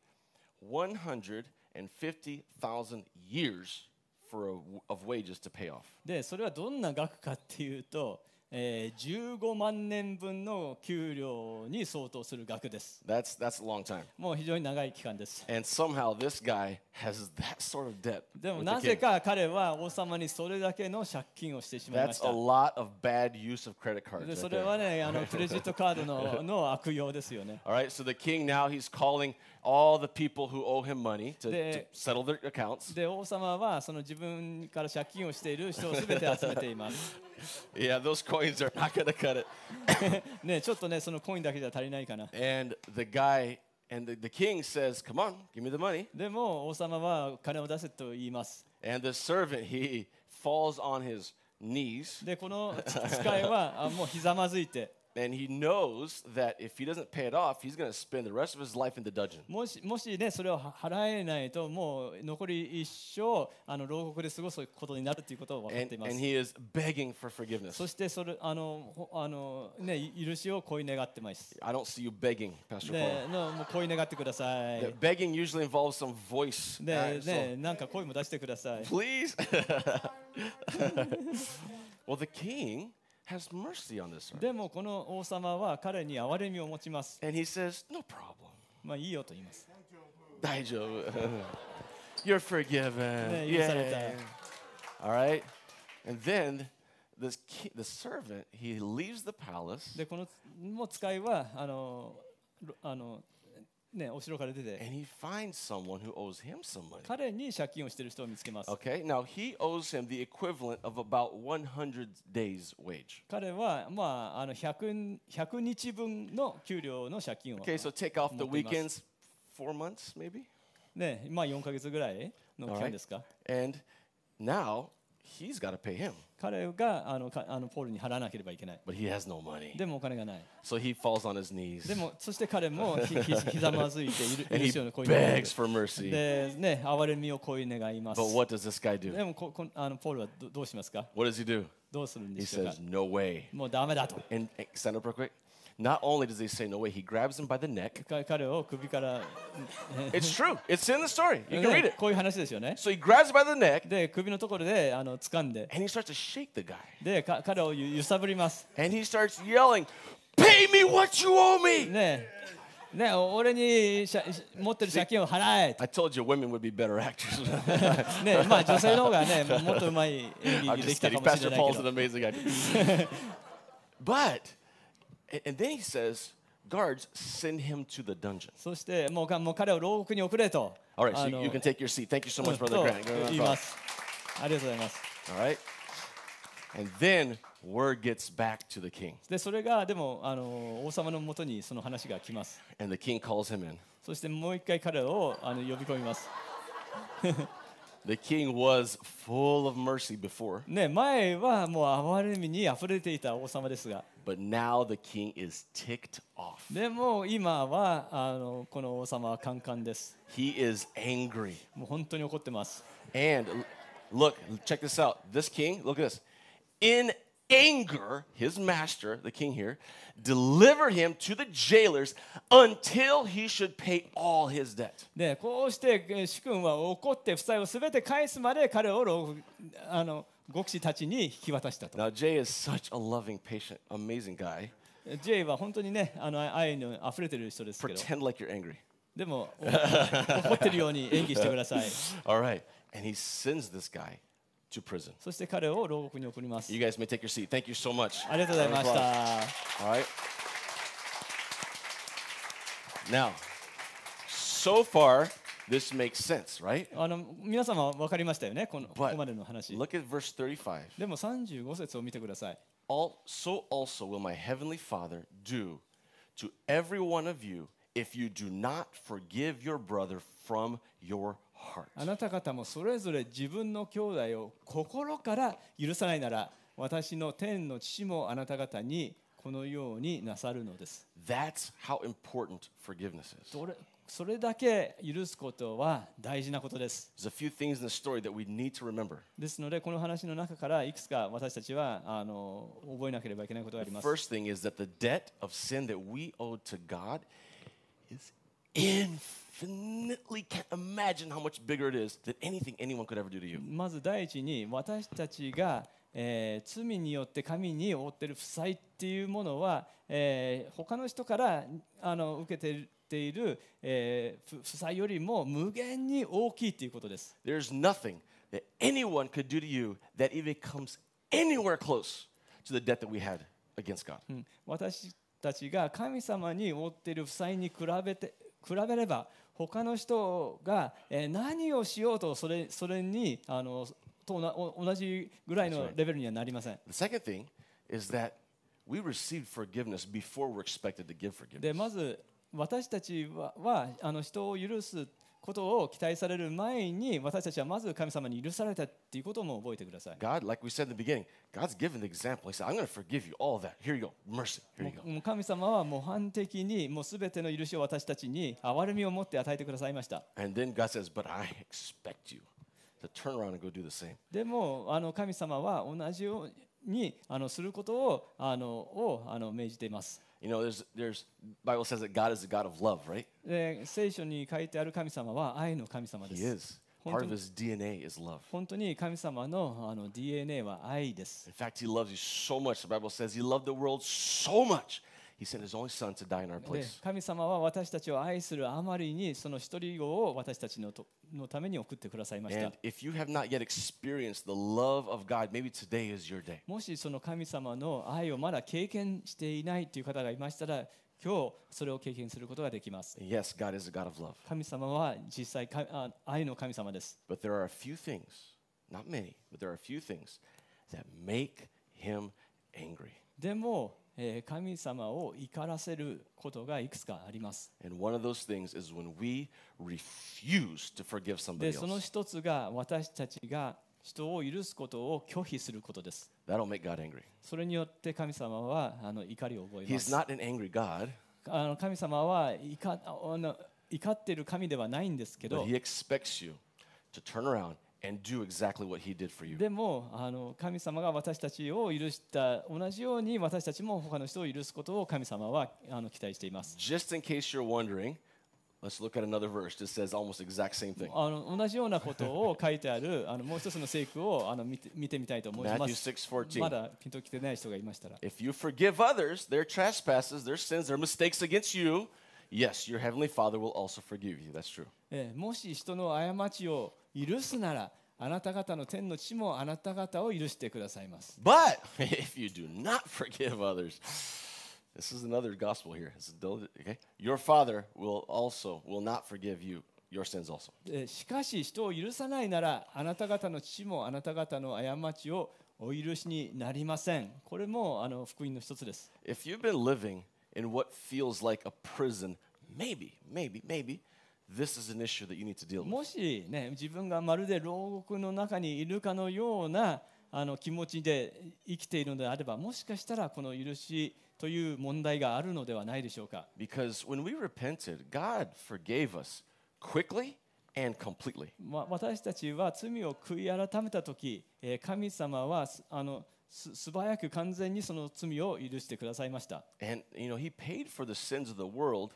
one hundred and fifty thousand years for a w of wages to pay off. でそれはどんな額かっていうと、えー15万年分の給料に相当する額です That's that's a long time. もう非常に長い期間です And somehow this guy has that sort of debt. でも with the なぜ king. か彼は王様にそれだけの借金をしてしまいま That's し a た lot of bad use of credit で cards. そ Right れは there. ね あのクレジットカードのの悪用ですよね All right, so the king now he's calling all the people who owe him money to, to De- settle their accounts. で王様はその自分から借金をしている人を全て集めています Yeah, those coins are not going to cut it. ねちょっとねそのコインだけじゃ足りないかな And the guy and the, the king says, "Come on, give me the money." でも王様は金を出せと言います。 And the servant he falls on his knees で、この使いはあもうひざまずいて、 and he knows that if he doesn't pay it off, he's going to spend the rest of his life in the dungeon. もしもしね、それを払えないと、もう残り一生、あの牢獄で過ごすことになるということを分かっ And, ていま and す。 he is begging for forgiveness. そしてそれあのほあの、ね、許しを恋願ってます。 I don't see you begging, Pastor ね Paul.、のもう恋願ってください Yeah,。begging usually involves some voice. で uh,、so ね、なんか声も出してください。 please. well, the king has mercy on this servant. でもこの王様は彼に憐れみを持ちます。 And he says, No problem. まあいいよと言います。 Daijo. You're forgiven. ね、許され Yay. た。 All right. And then this ki- the servant, he leaves the palace でこのもう使いはあのろあのねお城から出て and he finds someone who owes him some money. 彼に借金をしている人を見つけます。 Okay. Now, he owes him the equivalent of about 100 days' wage. 彼はまああの 100, 100日分の給料の借金を Okay, so take off the 持っていま weekends, す。four months maybe? ねまあ4ヶ月ぐらいの期間ですか。 And now he's got to pay him, 彼があのかあのポールに払わなければいけない。 but he has no money. でもお金がない。 So he falls on his knees でも、そして彼 もひひひざまずいて and 許許 he しをこう願い begs for mercy. で、ね、憐れみをこう願います。 But what does this guy で do? もここんあの、ポールはどどうしますか What does he do? どうするん He でしょうか says, No way. もうダメだと。 And eh, stand up real quick. Not only does he say no way, he grabs him by the neck. か彼を首から、 It's true. It's in the story. You can read ね it. こういう話ですよね。 So he grabs him by the neck で、首のところであの掴んで、 and he starts to shake the guy. で、か彼をゆ揺さぶります。 And he starts yelling, Pay me what you owe me. ねえ、ねえ、お俺にしゃし持ってる借金を払えと。 I told you women would be better actors. ねえ、まあ女性の方 がね、もっとうまい演 I'm 技でき just たか kidding. もし Pastor れない Paul's け an ど。 amazing actor. but, and- and then he says, guards, send him to the dungeon. そしてもうかもう彼を牢獄に送れと。 All right, so あ you, の you can take your seat. Thank Oh, you so much, と Brother Grant. No, no 言い problem. ます。ありがとうございます。 All right? And then word gets back to the king, で、それがでもあの王様のもとにその話が来ます。 and the king calls him in. そしてもう一回彼をあの呼び込みます。 The king was full of mercy before, ね、前はもう憐れみに溢れていた王様ですが、 but now the king is ticked off. でも今はあのこの王様はカンカンです。 He is angry. もう本当に怒ってます。 And l- look, check this out. This king, look at this. In anger, his master, the king here, delivered him to the jailers until he should pay all his debt. でこうしてえー主君は怒って負債をすべて返すまで彼を牢獄あの獄士たちに引き渡したと。 Now, Jay is such a loving, patient, amazing guy. えジェイは本当にねあの愛に溢れてる人ですけど Pretend like you're angry. でもお怒ってるように演技してください All right. And he sends this guy to prison. そして彼を牢獄に送ります You guys may take your seat. Thank you so much. ありがとうございました All right. Now, so far, this makes sense, right? あの皆様分かりましたよねこのここまでの話 look at verse 35. でも35節を見てください All, so also will my heavenly Father do to every one of you if you do not forgive your brother from your heart. あなた方もそれぞれ自分の兄弟を心から許さないなら私の天の父もあなた方にこのようになさるのです That's how important forgiveness is. どれそれだけ許すことは大事なことです There's a few things in the story that we need to remember. ですのでこの話の中からいくつか私たちはあの覚えなければいけないことがあります First thing is that the debt of sin that we owe to God is infinitely can't imagine how much bigger it is than anything anyone could ever do to you. まず第一に私たちが、えー罪によって神に負っている負債っていうものは、えー他の人からあの受けているえーふ負債よりも無限に大きいということです。 There's nothing that anyone could do to you that even comes anywhere close to the debt that we had against God. うん私たちが神様に負っている負債に比べて比べれば他の人が、えー何をしようとそれそれにあのとなお同じぐらいのレベルにはなりません。 The second thing is that we received forgiveness before we're expected to give で forgiveness. まず私たちははあの人を許すことを期待される前に私たちはまず神様に許されたっていうことも覚えてください。 God, like we said in the beginning, God's given the example. He said, I'm going to forgive you all that. Here you go. Mercy. Here you go. もう神様は模範的にもう全ての許しを私たちに憐れみを持って与えてくださいました。 And then God says, But I expect you to turn around and go do the same. でもあの神様は同じようにあのすることをあのをあの命じています。 You know, there's, there's, Bible says that God is a God of love, right? で聖書に書いてある神様は愛の神様で He is. す。Part of his DNA is love. 本当に神様のあの DNA は愛です。 In fact, he loves you so much. The Bible says he loved the world so much. He sent his only son to die in our で place. 神様は私たちを愛するあまりにその一人子を私たちのとのために送ってくださいました And。if you have not yet experienced the love of God, maybe today is your day. もしその神様の愛をまだ経験していないという方がいましたら今日それを経験することができます。 And yes, God is a God of love. 神様は実際かあ愛の神様です。 But there are a few things, not many, but there are a few things that make him angry. でも、えー神様を怒らせることがいくつかあります。 And one of those things is when we refuse to forgive somebody でその else. 一つが私たちが人を許すことを拒否することです That'll make God angry. それによって神様はあの怒りを覚えま He's す not an angry God, あの神様は怒あの怒っている神ではないんですけ but ど He expects you to turn around and do exactly what He did for you. でもあの神様が私たちを許した同じように私たちも他の人を許すことを神様はあの期待しています Just in case you're wondering, let's look at another verse that says almost the exact same thing. あの同じようなことを書いてある あのもう一つの聖句をあの見て見てみたいと思いま Matthew す6ま 14. だピンときてない人がいましたら If you forgive others their trespasses, their sins, their mistakes against you, yes, your heavenly Father will also forgive you. That's true. ええもし人の過ちを許すならあなた方の天の地もあなた方を許してくださいます But if you do not forgive others, this is another gospel here. This is del- okay? Your Father will also will not forgive you your sins also. ええしかし人を許さないならあなた方の父もあなた方の過ちをお許しになりませんこれもあの福音の一つです If you've been living in what feels like a prison, maybe, maybe, maybe, this is an issue that you need to deal with. もしね自分がまるで牢獄の中にいるかのようなあの気持ちで生きているのであればもしかしたらこの許しという問題があるのではないでしょうか Because when we repented, God forgave us quickly and completely. ま私たちは罪を悔い改めた時、えー神様はすあのす素早く完全にその罪を許してくださいました、 And you know, he paid for the sins of the world.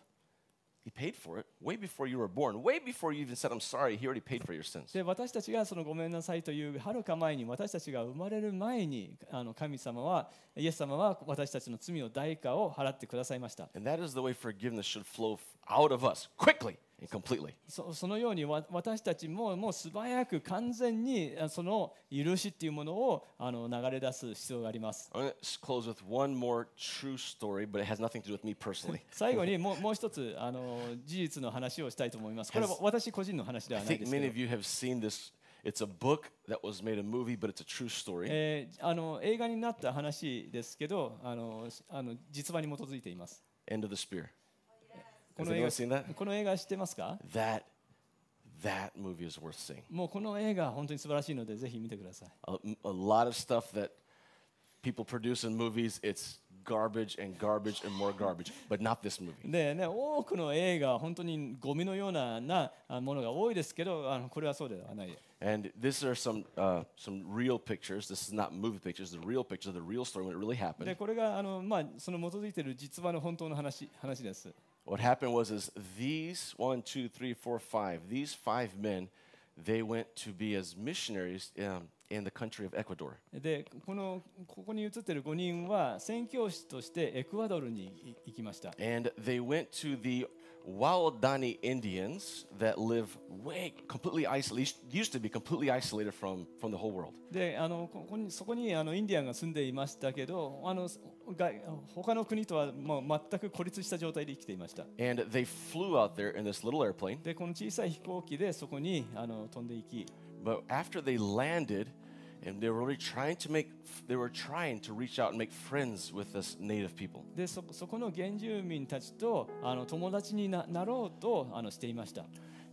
He paid for it way before you were born, way before you even said I'm sorry. He already paid for your sins. で私たちがそのごめんなさいというはるか前に私たちが生まれる前にあの神様はイエス様は私たちの罪の代価を払ってくださいました And that is the way forgiveness should flow f- out of us quickly and completely. そそのようにわ私たちももう素早く完全にあその許しっていうものをあの流れ出す必要があります I'm going to close with one more true story, but it has nothing to do with me personally. 最後にもうもう一つあの事実の話をしたいと思います。これは私個人の話で I はない think ですけ many ど of、you have seen this. It's a book that was made a movie, but it's a true story. えーあの映画になった話ですけど、あのしあの実話に基づいています。 End of the Spear. こ Has の映 anyone 画 seen that? この映画知ってますか？ That that movie is worth seeing. もうこの映画本当に素晴らしいのでぜひ見てください。 a, a lot of stuff that people produce in movies it's garbage and garbage and more garbage but not this movie でね多くの映画は本当にゴミのようななあものが多いですけど、あのこれはそうではない。 and these are some uh, some real pictures this is not movie pictures the real pictures the real story when it really で happened これがあのまあその基づいている実話の本当の話話です。 what happened was is these one two three four five these five men they went to be as missionaries um, in the country of ecuador でこのここに写ってる5人は宣教師としてエクアドルにい行きました、 and they went to the Waldani Indians that live way completely isolated, used to be completely isolated from, from the whole world. であのここにそこにあのインディアンが住んでいましたけどあのが他の国とはもう全く孤立した状態で生きていました And they flew out there in this little airplane. でこの小さい飛行機でそこにあの飛んでいき But after they landed, and they were really trying to make, they were trying to reach out and make friends with this native people. でそそこの原住民たちとあの友達にななろうとあのしていました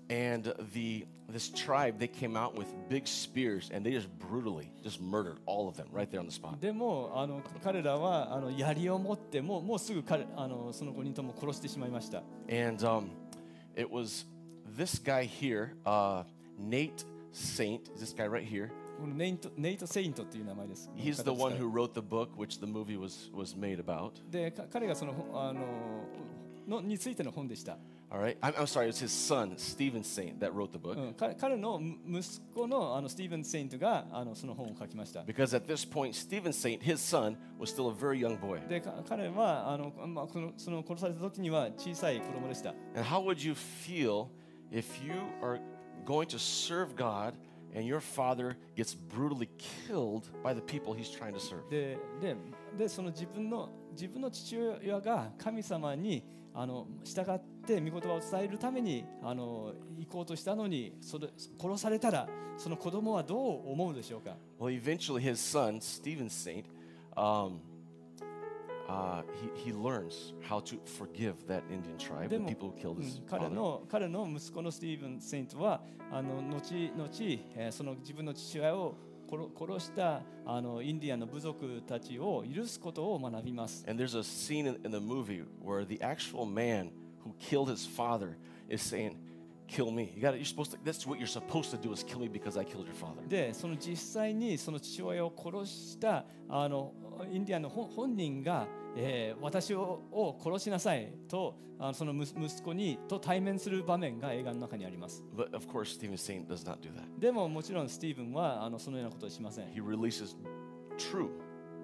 And the this tribe, they came out with big spears, and they just brutally just murdered all of them right there on the spot. でもあの彼らはあの槍を持ってもうもうすぐ彼あのその5人とも殺してしまいました And um, it was this guy here, uh, Nate Saint, this guy right here. このネイトネイト・セイントっていう名前です。 He's the この方 one です who wrote the book, which the movie was was made about. でか彼がそのほあののについての本でした。 All right, I'm, I'm sorry, it was his son, Stephen Saint, that wrote the book. うん、か彼のむ息子のあのスティーブン・セイントがあのその本を書きました。 Because at this point, Stephen Saint, his son, was still a very young boy. でか彼はあの、まあ、このその殺された時には小さい子供でした。 And how would you feel if you are going to serve God and your father gets brutally killed by the people he's trying to serve? でででその自分の自分の父親が神様にあの従って御言葉を伝えるためにあの行こうとしたのにそれ殺されたらその子供はどう思うでしょうか Well, eventually, his son, Stephen Saint, um, uh, he, he learns how to forgive that Indian tribe, the でも、 people who killed うん his 彼 father. の彼の息子のスティーブン・セイントはあの後々、えーその自分の父親を殺殺したあのインディアンの部族たちを許すことを学びます。 And there's a scene in, in the movie where the actual man who killed his father is saying, "Kill me. You got to. You're supposed to. That's what you're supposed to do is kill me because I killed your father." でその実際にその父親を殺したあのインディアンの本本人が、えー私をを殺しなさいとあのその息息子にと対面する場面が映画の中にあります But of course, Stephen Saint does not do that. でももちろんスティーブンはあのそのようなことをしません、 He releases true,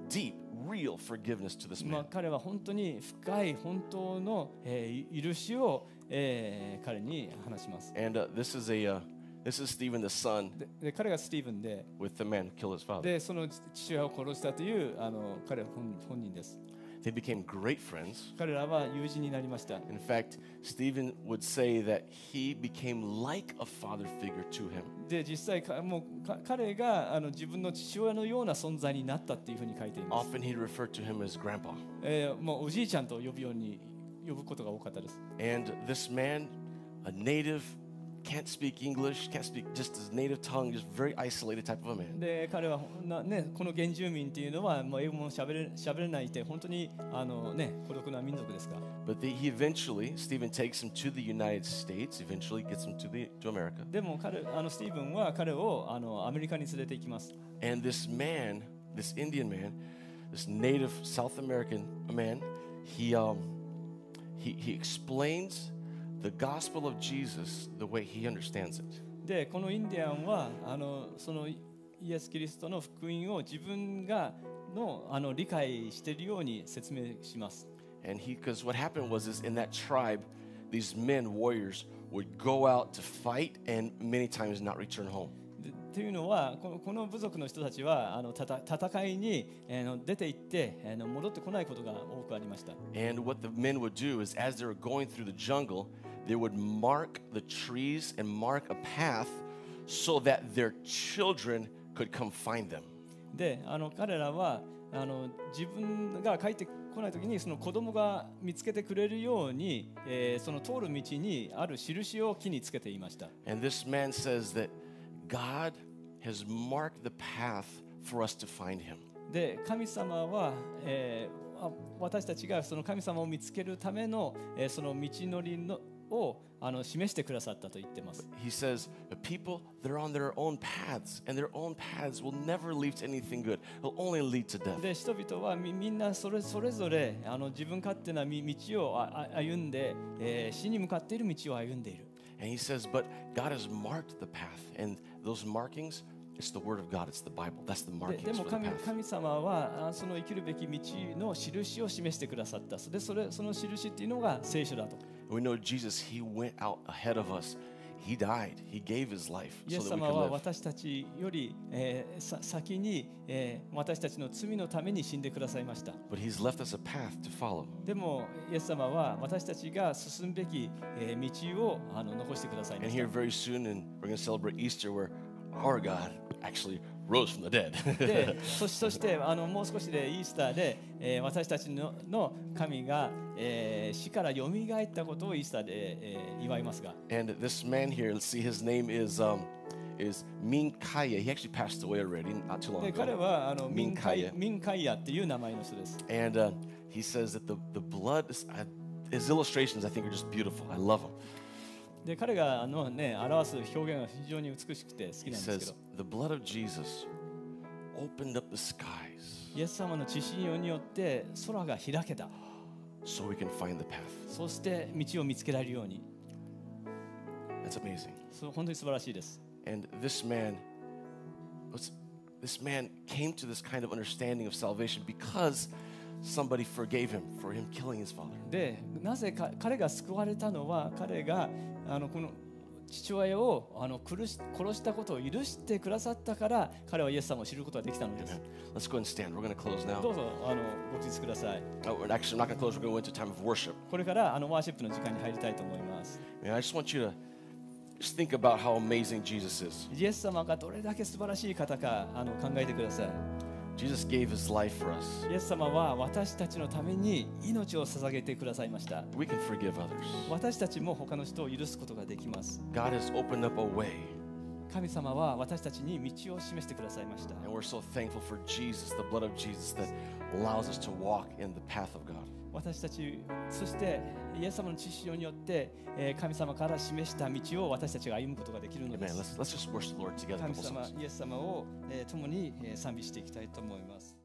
deep, real forgiveness to this まあ man.、彼は本当に深い本当の、えー許しを、えー彼に話します And uh, this is a uh, this is Stephen the son でで彼がスティーブンで with the man who killed his father. でその父親を殺したというあの彼は本本人です They became great friends. 彼らは友人になりました In fact, Stephen would say that he became like a father figure to him. で実際かもうか彼があの自分の父親のような存在になったっていうふうに書いています、 Often he'd refer to him as grandpa. えーもうおじいちゃんと呼ぶように呼ぶことが多かったです And this man, a native, can't speak English, can't speak just his native tongue, just very isolated type of a man. で彼はな、ね、この原住民っていうのはもう英語もしゃべれしゃべれないって本当にあの、ね、孤独な民族ですから But the, he eventually, Stephen takes him to the United States, eventually gets him to, the, to America. でも彼あのスティーブンは彼をあのアメリカに連れて行きます And this man, this Indian man, this native South American man, he, um, he, he explains the gospel of Jesus the way he understands it. でこのインディアンはあのそのイエス・キリストの福音を自分がのあの理解しているように説明します And he, because what happened was, is in that tribe, these men, warriors, would go out to fight and many times not return home. でというのはこのこの部族の人たちはあのたた戦いに、えーの出て行って、えーの戻ってこないことが多くありました And what the men would do is, as they were going through the jungle, they would mark the trees and mark a path so that their children could come find them. であの彼らはあの自分が帰ってこない時にその子供が見つけてくれるように、えーその通る道にある印を木につけていました And this man says that God has marked the path for us to find him. で神様は、えーあ私たちがその神様を見つけるための、えーその道のりのをあの示してくださったと言ってます He says, the people, they're on their own paths, and their own paths will never lead to anything good. It'll only lead to death. で人々はみみんなそれそれぞれあの自分勝手なみ道をああ歩んで、えー死に向かっている道を歩んでいる And he says, but God has marked the path, and those markings, it's the word of God, it's the Bible. That's the で markings でも for the 神 path. 神様はあその生きるべき道の印を示してくださったそれそれその印っていうのが聖書だと We know Jesus, he went out ahead of us. He died. He gave his life so イエ that ス we 様 could は live. 私たちより、えーさ先に、えー私たちの罪のために死んでくださいました But he's left us a path to follow. でもイエス様は私たちが進むべき、えー道をあの残してくださいま And し here た very soon, and we're going to celebrate Easter where our God actually rose from the dead. でそし そしてあのもう少しでイースターで、えー私たちのの神が、えー死からよみがえったことをイースターで、えー祝いますが and this man here, let's see, his name is um, is Minkaya. He actually passed away already not too long で彼 ago. はあのミミンンカカイイヤミンカイヤっていう名前の人です And uh, he says that the, the blood, is, uh, his illustrations I think are just beautiful. I love them. で彼があの、ね、表す表現が非常に美しくて好き He なんですけ says, ど the blood of Jesus opened up the skies イエス様の血潮によって空が開けた so we can find the path. そして道を見つけられるように That's amazing. そう本当に素晴らしいです And this man, what's- this man came to this kind of understanding of salvation because somebody forgave him for him killing his father. でなぜか彼が救われたのは彼があのこの父親をあの苦し殺したことを許してくださったから彼はイエス様を知ることができたのです Amen. Let's go ahead and stand. We're going to close ど now. うぞあのご記述ください Oh, we're actually, I'm not going to close. We're going to go into a time of worship. これからあのワーシップの時間に入りたいと思います Man, I just want you to just think about how amazing Jesus is. イエス様がどれだけ素晴らしい方かあの考えてください Jesus gave his life for us. イエス様は私たちのために命を捧げてくださいました We can forgive others. 私たちも他の人を許すことができます God has opened up a way 神様は私たちに道を示してくださいました And we're so thankful for Jesus, the blood of Jesus, that allows us to walk in the path of God. 私たちそしてイエス様の血潮によってえー神様から示した道を私たちが歩むことができるので Amen. す Let's, let's just worship the Lord together. a 神 couple 様 songs. イエス様を、えー共に、えー賛美していきたいと思います